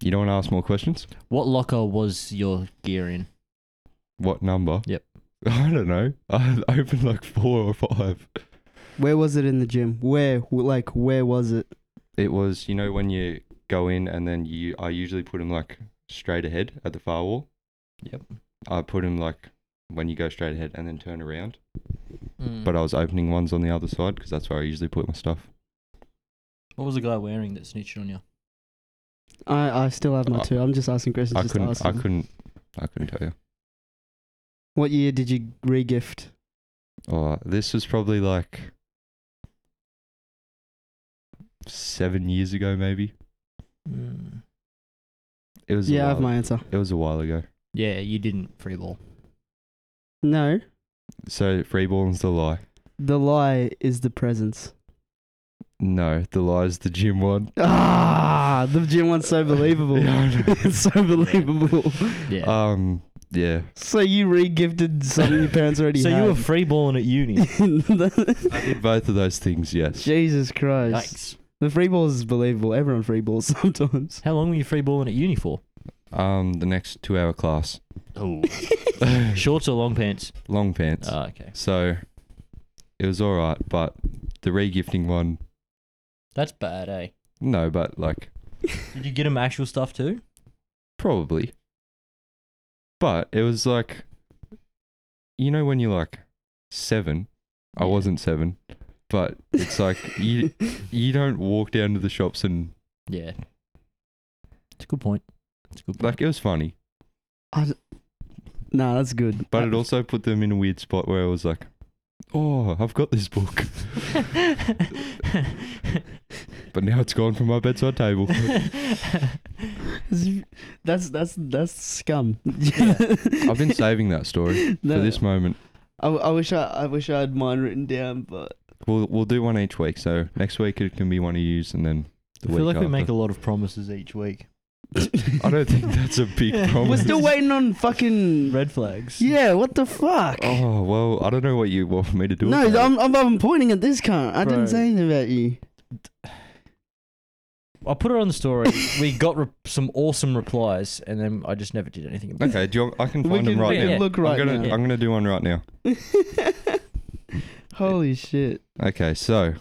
You don't want to ask more questions?
What locker was your gear in?
What number?
Yep.
I don't know. I opened like four or five.
Where was it in the gym? Where, w- like, where was it?
It was, you know, when you go in and then you, I usually put them like straight ahead at the far wall.
Yep.
I put them like when you go straight ahead and then turn around.
Mm.
But I was opening ones on the other side because that's where I usually put my stuff.
what was the guy wearing that snitched on you?
I, I still have my
I-
two. I'm just asking questions.
I
just
couldn't,
asking.
I couldn't, I couldn't tell you.
What year did you re-gift?
Oh, this was probably like seven years ago, maybe.
Mm.
It was. a
Yeah, I have
while-
my answer.
It was a while ago.
Yeah, you didn't free ball.
No,
So freeborn's the lie.
the lie is the presence.
No, the lie is the gym one.
Ah, the gym one's so believable.
Yeah, I know.
it's so believable.
Yeah.
Um, yeah.
So you re-gifted something your parents already
so
had.
you were free balling at uni.
I did both of those things. Yes.
Jesus Christ.
Yikes.
The free balls is believable. Everyone free balls sometimes.
How long were you free balling at uni for?
Um, the next two-hour class.
Oh. Shorts or long pants?
Long pants.
Ah, okay.
So it was all right, but the regifting one,
That's bad, eh?
no, but like
Did you get him actual stuff too?
probably. But it was like, you know, when you're like seven, I
Yeah.
wasn't seven, but it's like you you don't walk down to the shops and
Yeah. It's a good point. It's a good point.
like it was funny,
Nah, that's good.
but it also put them in a weird spot where I was like, oh, I've got this book, but now it's gone from my bedside table.
That's that's that's scum.
I've been saving that story for
No,
this moment.
I, I wish I I wish I had mine written down, but
We'll we'll do one each week. So next week it can be one of yous, and then
I
the
feel
week
like we
after.
make a lot of promises each week.
I don't think that's a big problem.
we're still waiting on fucking.
Red flags.
Yeah, what the fuck?
Oh well, I don't know what you want me to do.
no,
about it.
I'm, I'm I'm pointing at this cunt. I
Bro.
didn't say anything about you.
I put it on the story. we got re- some awesome replies, and then I just never did anything about it.
okay. Do you, want- I can
We
find
can
them right
we
now.
can look
I'm
right
gonna
now.
I'm gonna do one right now.
Holy shit!
Okay, so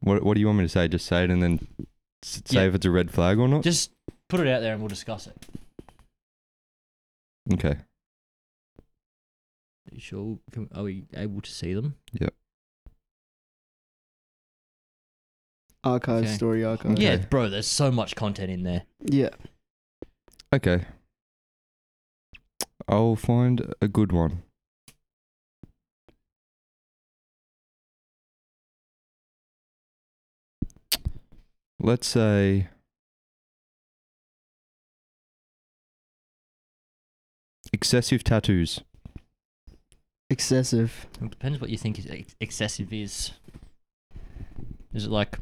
what what do you want me to say? Just say it and then s- say
Yeah.
if it's a red flag or not.
Just put it out there, and we'll discuss it.
okay.
Are you sure? Can, are we able to see them?
Archive
Okay.
story archive.
Yeah,
Okay.
bro. There's so much content in there.
yeah.
Okay. I'll find a good one. Let's say excessive tattoos.
Excessive.
It depends what you think is ex- excessive is. Is it like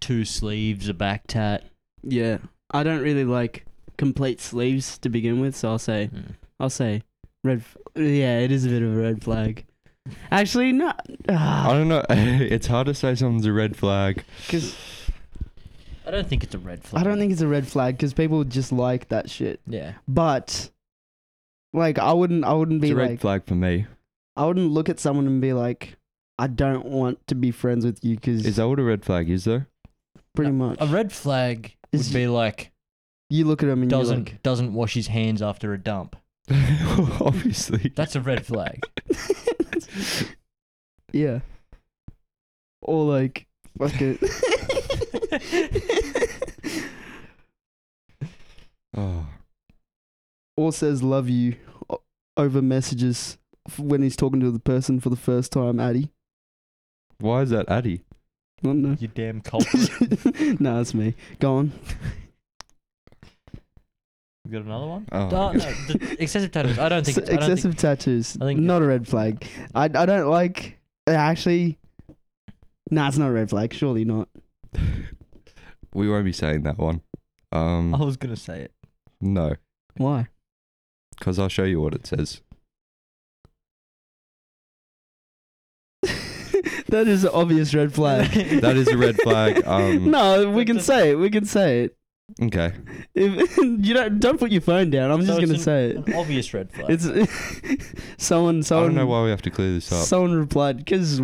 two sleeves, a back tat?
Yeah, I don't really like complete sleeves to begin with, so I'll say
Mm.
I'll say red. F- yeah, it is a bit of a red flag. Actually, no.
I
Ah,
don't know. it's hard to say something's a red flag.
'cause
I don't think it's a red flag.
I don't think it's a red flag because people just like that shit.
Yeah.
But like, I wouldn't. I wouldn't
It's
be
a red
like.
flag for me.
I wouldn't look at someone and be like, I don't want to be friends with you because
Is that what a red flag is though?
pretty much
A red flag
Is-
would be like
you look at them and
doesn't
you're
doesn't wash his hands after a dump.
Obviously.
That's a red flag.
like, yeah, or like, fuck it.
Oh.
or says love you o- over messages f- when he's talking to the person for the first time, Addy.
Why is that Addy?
I don't know.
you damn culprit.
nah, that's me. Go on.
You got another one?
Oh,
Oh, no, the excessive tattoos. I don't think.
So
I don't
excessive
think
tattoos.
I think-
not a red flag. I, I don't like. uh, Actually, nah, it's not a red flag. Surely not.
we won't be saying that one. Um,
I was gonna say it.
no,
Why?
because I'll show you what it says.
that is an obvious red flag.
That is a red flag, um,
no, we can say it. We can say it.
Okay.
If, you don't don't put your phone down. I'm just
So it's
gonna
an-
say it.
An obvious red flag.
It's someone.
I
Someone.
don't know why we have to clear this up.
Someone replied because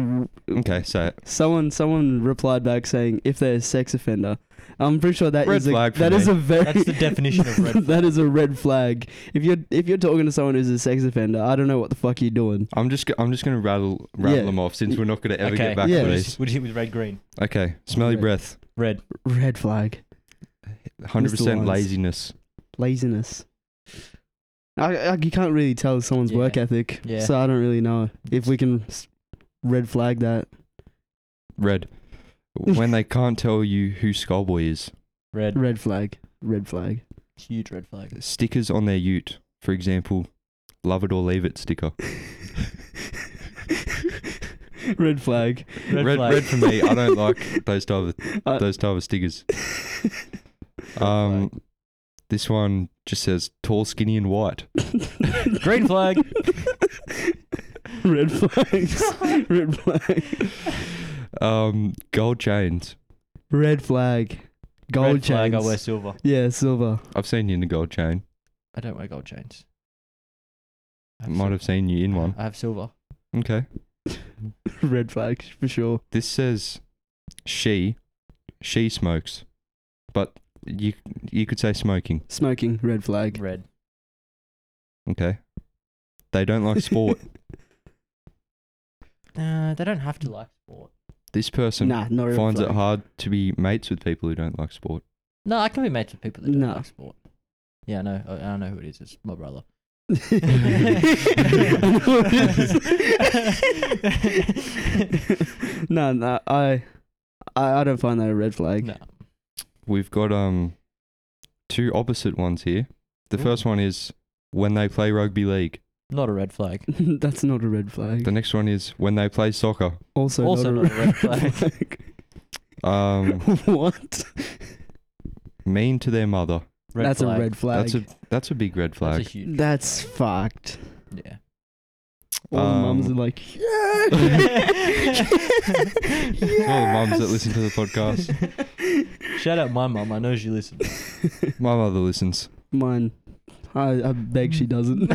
okay, say it.
someone someone replied back saying if they're a sex offender, I'm pretty sure that is
Red
a
flag for
that is
me.
a very
That's the definition of red
that is a red flag. If you're if you're talking to someone who's a sex offender, I don't know what the fuck you're doing.
I'm just go- I'm just gonna rattle rattle
Yeah.
them off since we're not gonna ever
okay.
get back
Yeah.
to
We'll
these.
just, we'll just hit with red green.
Okay. Smelly
Red.
breath.
Red.
Red flag,
Hundred percent
Lines.
laziness.
laziness. I, I you can't really tell someone's
Yeah.
work ethic,
Yeah.
so I don't really know if we can s- red flag that.
Red. When they can't tell you who Skullboy is.
Red.
Red flag, red flag.
Huge red flag.
Stickers on their ute, for example, love it or leave it sticker.
red flag.
Red
Red
flag.
red, for me. I don't like those type
Uh,
of those type of stickers. Um, this one just says tall, skinny, and white.
Green flag.
Red flags. Red flag.
Um, gold chains.
Red flag. Gold
red flag. I
chains.
wear silver.
yeah, silver.
I've seen you in a gold chain.
I don't wear gold chains. I
Might have
silver.
seen you in one.
I have silver.
Okay.
Red flag for sure.
This says she, she smokes, but you you could say smoking.
Smoking. Red flag.
Red.
Okay. They don't like sport.
Uh, they don't have to like sport.
this person
nah, not red
finds
flag.
it hard to be mates with people who don't like sport.
No, I can be mates with people that don't
No.
like sport. Yeah, I know. I, I know who it is. It's my brother.
no, no, I, I, I don't find that a red flag.
no.
We've got um two opposite ones here. The
Ooh.
first one is when they play rugby league.
Not a red flag.
That's not a red flag.
The next one is when they play soccer.
Also,
also
not, a red flag.
Um,
what?
mean to their mother.
Red
That's
flag.
a red flag.
That's a that's a big red flag.
That's a huge.
That's fucked.
Yeah.
All the mums are
Um,
like, yeah.
All the mums that listen to the podcast.
Shout out my mum. I know she listens.
My mother listens.
Mine. I, I beg she doesn't.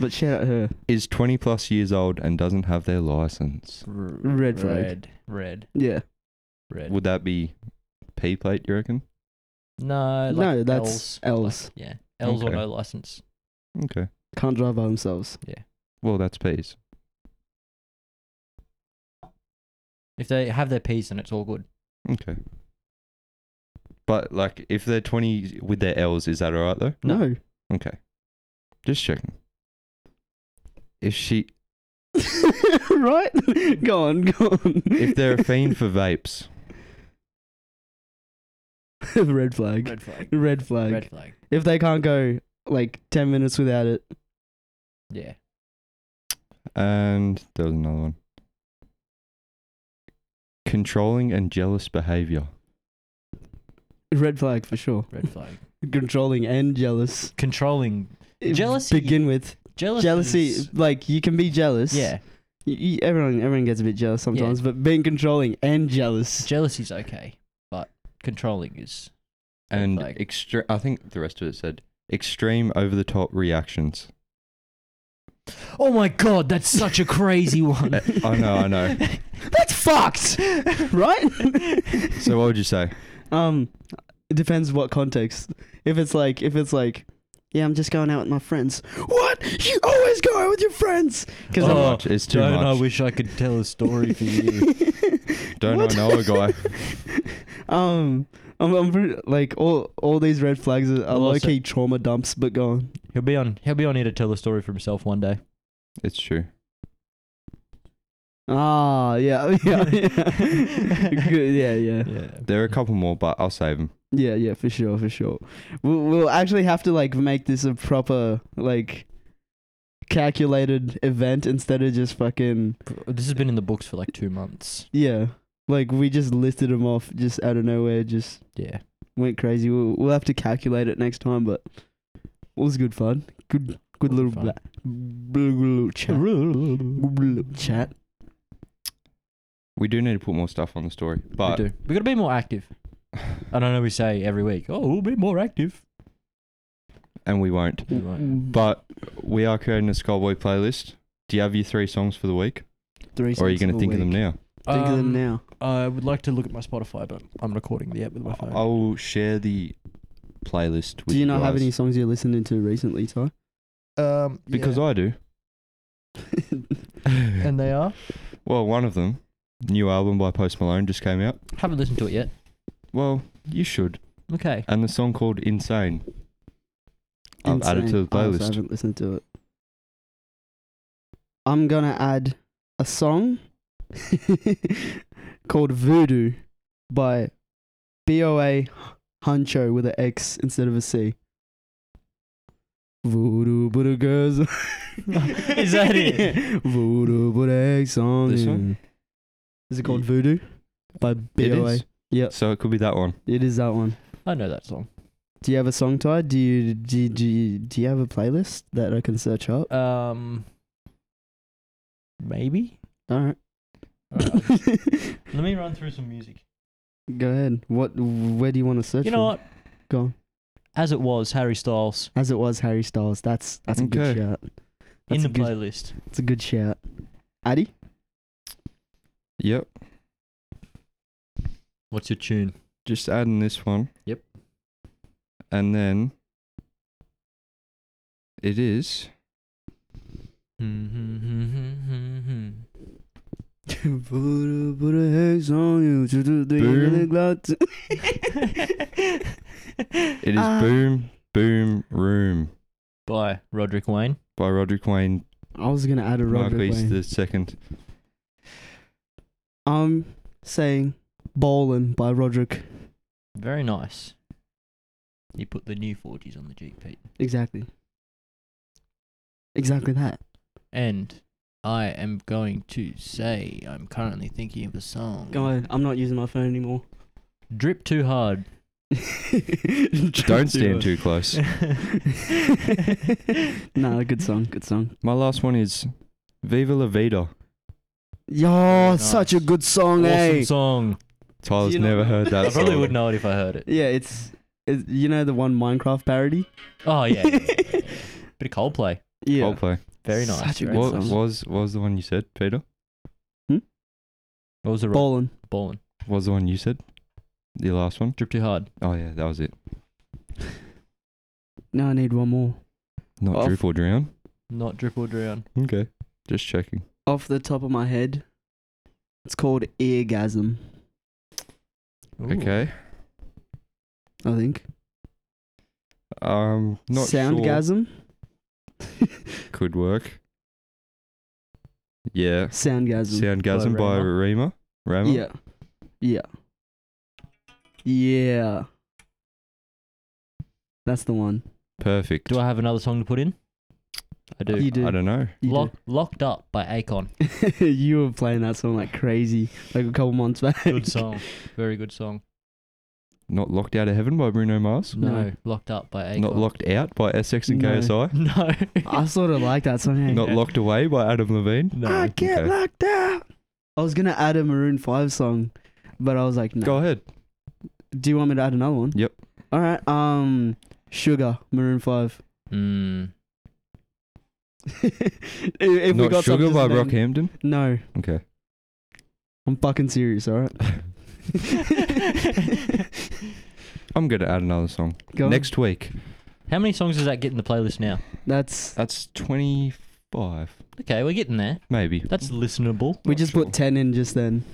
but shout out her.
Is 20 plus years old and doesn't have their license.
Red flag.
Red. Red.
Yeah.
Red.
Would that be P plate, you reckon?
no. Like
no, that's
L's.
L's.
Yeah. L's
Okay.
or no license.
Okay.
Can't drive by themselves.
Well, that's P's.
If they have their P's, then it's all good.
Okay. But, like, if they're 20 with their L's, is that all right, though?
No.
Okay. Just checking. If she,
right? go on, go on.
if they're a fiend for vapes,
red flag. Red,
Red flag.
flag.
Red flag.
If they can't go like 10 minutes without it,
Yeah.
and there was another one. Controlling and jealous behavior.
red flag for sure.
Red flag.
Controlling and jealous.
Controlling.
If-
Jealousy-
Begin with.
Jealousy.
Jealousy,
is-
like you can be jealous.
Yeah,
Y- y- everyone, everyone gets a bit jealous sometimes, but being controlling and jealous.
jealousy's okay, but controlling is.
and
like-
extre- I think the rest of it said extreme over the top reactions.
Oh my god, that's such a crazy one.
I know, I know.
That's fucked, right?
So what would you say?
Um, it depends what context. If it's like, if it's like, yeah, I'm just going out with my friends. What? You always go out with your friends? Because
Too
Oh,
much. It's too much.
wish I could tell a story for you.
Don't I know a guy?
um, I'm, I'm pretty, like all all these red flags are, are
Well,
low
also-
key trauma dumps, but go on.
He'll be on. He'll be on here to tell the story for himself one day.
It's true.
Ah, yeah, yeah, yeah, Good, yeah, yeah,
Yeah.
There are a couple more, but I'll save them.
yeah, yeah, for sure, for sure. We'll, we'll actually have to like make this a proper like calculated event instead of just fucking
This has been in the books for like two months.
Yeah. Like we just listed them off just out of nowhere, just
Yeah.
went crazy. We'll, we'll have to calculate it next time, but it was good fun. Good good little
Fun.
bla- bl- bl- chat. Bl- bl- chat.
We do need to put more stuff on the story, but
we do. We gotta be more active. I don't know. We say every week. Oh, we'll be more active.
and we won't.
We won't.
But we are creating a Skullboy playlist. Do you have your three songs for the week,
Three
or are you
songs
going
a
to think of them
week.
now?
Think of them
Um,
now.
I would like to look at my Spotify, but I'm recording the app with my phone.
I'll share the playlist. With
Do you not have
guys.
any songs you're listening to recently, Ty?
um,
Because I do.
and they are
well, one of them, new album by Post Malone, just came out.
haven't listened to it yet.
Well, you should.
Okay.
And the song called Insane. I've added to
Insane.
the
I also
playlist.
haven't listened to it. I'm gonna add a song called Voodoo by BOA Huncho with an X instead of a C. Voodoo but a girls.
Is that it?
Yeah. Voodoo but a X on
This
it.
one?
Is it called Voodoo? By BOA.
It is.
Yep.
So it could be that one.
It is that one.
I know that song.
Do you have a song, Ty? Do you do you, do you, do you have a playlist that I can search up?
Um, maybe.
All right.
Alright, Let me run through some music.
Go ahead. What? Where do you want to search?
You know
for?
what?
Go on.
As it was, Harry Styles
As it was, Harry Styles. That's that's a good
Okay.
shout. That's
in the
a good,
playlist.
It's a good shout. Addy,
Yep.
What's your tune?
Just adding this one.
Yep.
And then it is.
Mm-hmm,
Voodoo put a hex on you to do the
Boom.
yellow glow to-
It is
Ah.
Ah.
Boom Boom Room
By Roderick Wayne.
by Roderick Wayne.
I was gonna add a
Mark
Roderick
Lees
Wayne.
the second.
I'm saying Bowlin' by Roderick.
Very nice. You put the new 40s on the Jeep, Pete.
Exactly. Exactly that.
And I am going to say I'm currently thinking of a song.
Go ahead. I'm not using my phone anymore.
Drip Too Hard.
Don't stand too close.
Nah, good song. Good song.
My last one is Viva La Vida.
Yo,
Very
such a
nice.
good song, eh?
Oh Awesome song.
Tyler's
You know-
never heard that.
I probably
song.
would know it if I heard it.
Yeah, it's, it's you know the one Minecraft parody.
Oh, yeah. yeah, yeah, yeah. Bit of Coldplay.
Yeah,
Coldplay.
Very nice.
Such a
very
Great
What
nice.
song.
was what was the one you said, Peter?
What was the right
ballin'.
ballin'?
What was the one you said? The last one?
Drip Too Hard.
Oh yeah, that was it.
Now I need one more.
Not
Off.
drip or drown.
Not Drip or Drown.
Okay. Just checking.
Off the top of my head, it's called Eargasm.
Ooh.
Okay.
I think.
Um not sure.
Soundgasm.
Could work. Yeah.
Soundgasm.
Soundgasm by
Rema.
Rima. Rama.
Yeah. Yeah. Yeah. That's the one.
Perfect.
Do I have another song to put in? I do.
You do.
I don't know.
You, do.
Lock, Locked Up by Akon.
you were playing that song like crazy, like a couple months back.
Good song. Very good song.
Not Locked Out of Heaven by Bruno Mars.
No,
No.
locked up by
Not
Akon.
Locked Out by SX and
No.
KSI.
No.
I sort of like that song.
Not Locked Away by Adam Levine.
no.
I get
okay.
locked out. I was gonna add a Maroon Five song, but I was like, no.
Go ahead.
Do you want me to add another one?
Yep.
All right. Um, Sugar Maroon Five.
Mm.
if, if we
Not
got
Sugar
something
by
then-
Rockhampton.
No,
Okay.
I'm fucking serious. All right.
I'm going to add another song.
Go on.
Next week.
How many songs does that get in the playlist now?
That's
That's 25,
Okay, we're getting there.
maybe.
That's listenable.
we
Not
just
sure.
put ten in just then.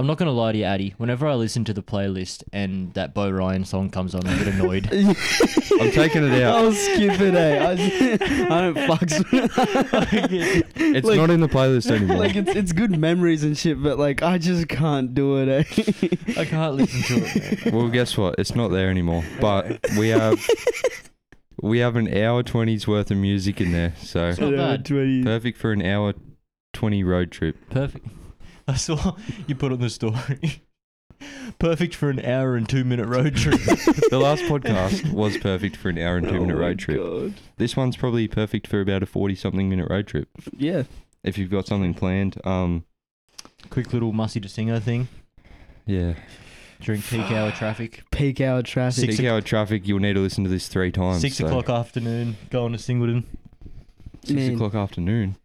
I'm not gonna lie to you, Addy. Whenever I listen to the playlist and that Bo Ryan song comes on, I get annoyed.
I'm taking it out.
I'll skip it. Eh? I, I don't fucks. with-
It's
Like-
not in the playlist anymore.
like it's it's good memories and shit, but like I just can't do it. Eh?
I can't listen to it. man.
well, guess what? It's not there anymore. But we have we have an hour 20's worth of music in there, so
It's not bad.
perfect for an hour 20 road trip.
Perfect. I saw you put on the story. Perfect for an hour and two minute road trip.
The last podcast was perfect for an hour and two
Oh
minute road trip. This one's probably perfect for about a 40 something minute road trip.
Yeah.
If you've got something planned, um
Quick little Mussy Desingo thing
yeah,
during peak hour traffic.
Peak hour traffic.
Six
six hour traffic, you'll need to listen to this 3 times.
Six
so-
o'clock afternoon, going to Singleton.
6
Man.
o'clock afternoon.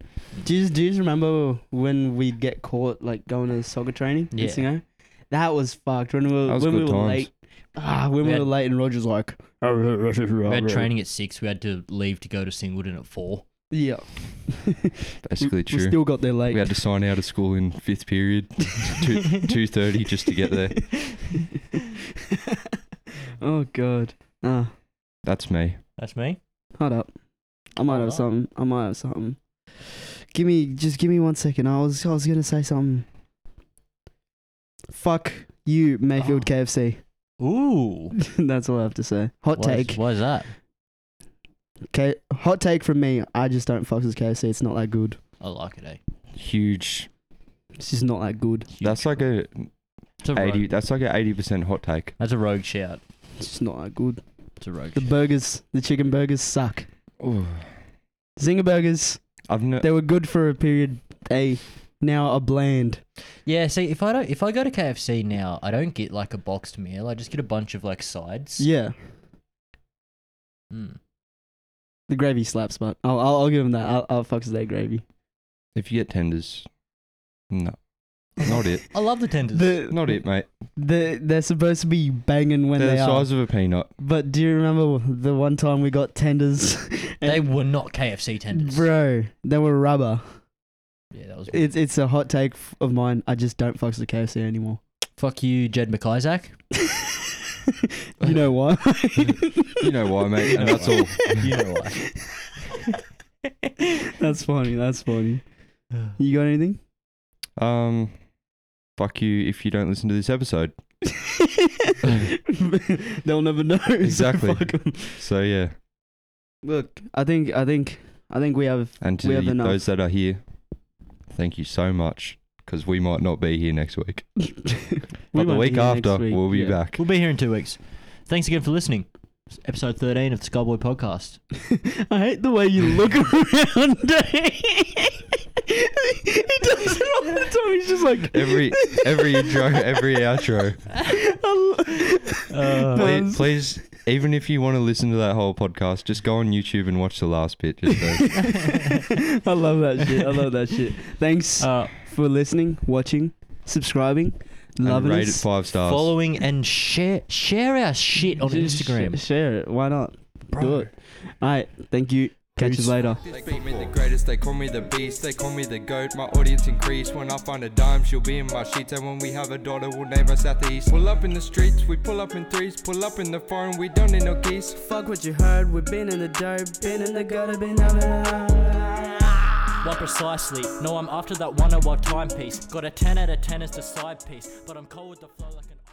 Do you, do you remember when we'd get caught like going to soccer training? in
Yeah.
Singo? That was fucked. When we were,
That was
when we
good
were
times.
late. Ah, when we,
We
were
had-
late and Roger's like
We had training at six. We had to leave to go to Singleton at four.
Yeah.
Basically
we,
true.
We still got there late.
We had to sign out of school in fifth period, two thirty, just to get there.
oh god. Ah,
That's me.
That's me.
hold up. I might
Hold
have
up.
something. I might have something. Give me just give me one second. I was I was gonna say something. Fuck you, Mayfield
Oh.
KFC.
Ooh.
That's all I have to say. Hot
Why is-
take.
Why is that?
Okay, hot take from me. I just don't fuck with KFC. It's not that good.
I like it, eh?
Huge.
It's just not that good.
Huge.
That's like a
It's a
eighty.
rogue.
That's like a eighty percent hot take.
That's a rogue shout.
It's just not that good.
It's a rogue.
The
shout.
burgers, the chicken burgers suck. Zinger burgers,
I've no.
they were good for a period. They now are bland.
yeah. See, if I don't, if I go to KFC now, I don't get like a boxed meal. I just get a bunch of like sides.
Yeah,
Mm.
the gravy slaps, but I'll, I'll, I'll give them that. I'll, I'll fuck with their gravy.
If you get tenders, no, not it.
I love the tenders.
The,
Not it, mate.
The, they're supposed to be banging when
They're
they
the
are.
size of a peanut.
But do you remember the one time we got tenders?
they were not KFC tenders.
Bro, they were rubber.
Yeah, that was. weird.
It's it's a hot take f- of mine. I just don't fuck with KFC anymore.
Fuck you, Jed McIsaac.
you know why?
You know why, mate? And that's all.
You know why.
That's funny. That's funny. You got anything?
Um, fuck you if you don't listen to this episode.
They'll never know. so
Exactly.
fuck 'em.
So yeah,
Look, I think I think I think we have
and to
We have
the-
enough.
those that are here, thank you so much. Because we might not be here next week,
we
but the
won't
week
be here next
after
week,
we'll be
yeah.
back.
We'll be here in two weeks. Thanks again for listening. It's episode thirteen of the Skyboy Podcast.
I hate the way you look around. he does it all the time. He's just like
Every- every intro, every outro.
Uh,
Please, please, even if you want to listen to that whole podcast, just go on YouTube and watch the last bit. Just so-
I love that shit. I love that shit. Thanks
Uh,
for listening, watching, subscribing,
and
loving
rate it
us.
five stars.
following and share share our shit on
Just sh-
Instagram.
share it. Why not? Do it. All right. Thank you. Catch
Peace.
you later.
They beat me the greatest, they call me the beast, they call me the goat. My audience increased. When I find a dime, she'll be in my sheets. And when we have a daughter, we'll name her Southeast. Pull up in the streets, we pull up in threes, pull up in the foreign, we don't need no geese.
Fuck what you heard, we've been in the dirt, been in the gutter, been out
Why precisely? No, I'm after that one hour timepiece. Got a 10 out of 10 as the side piece, but I'm cold with the flow like an.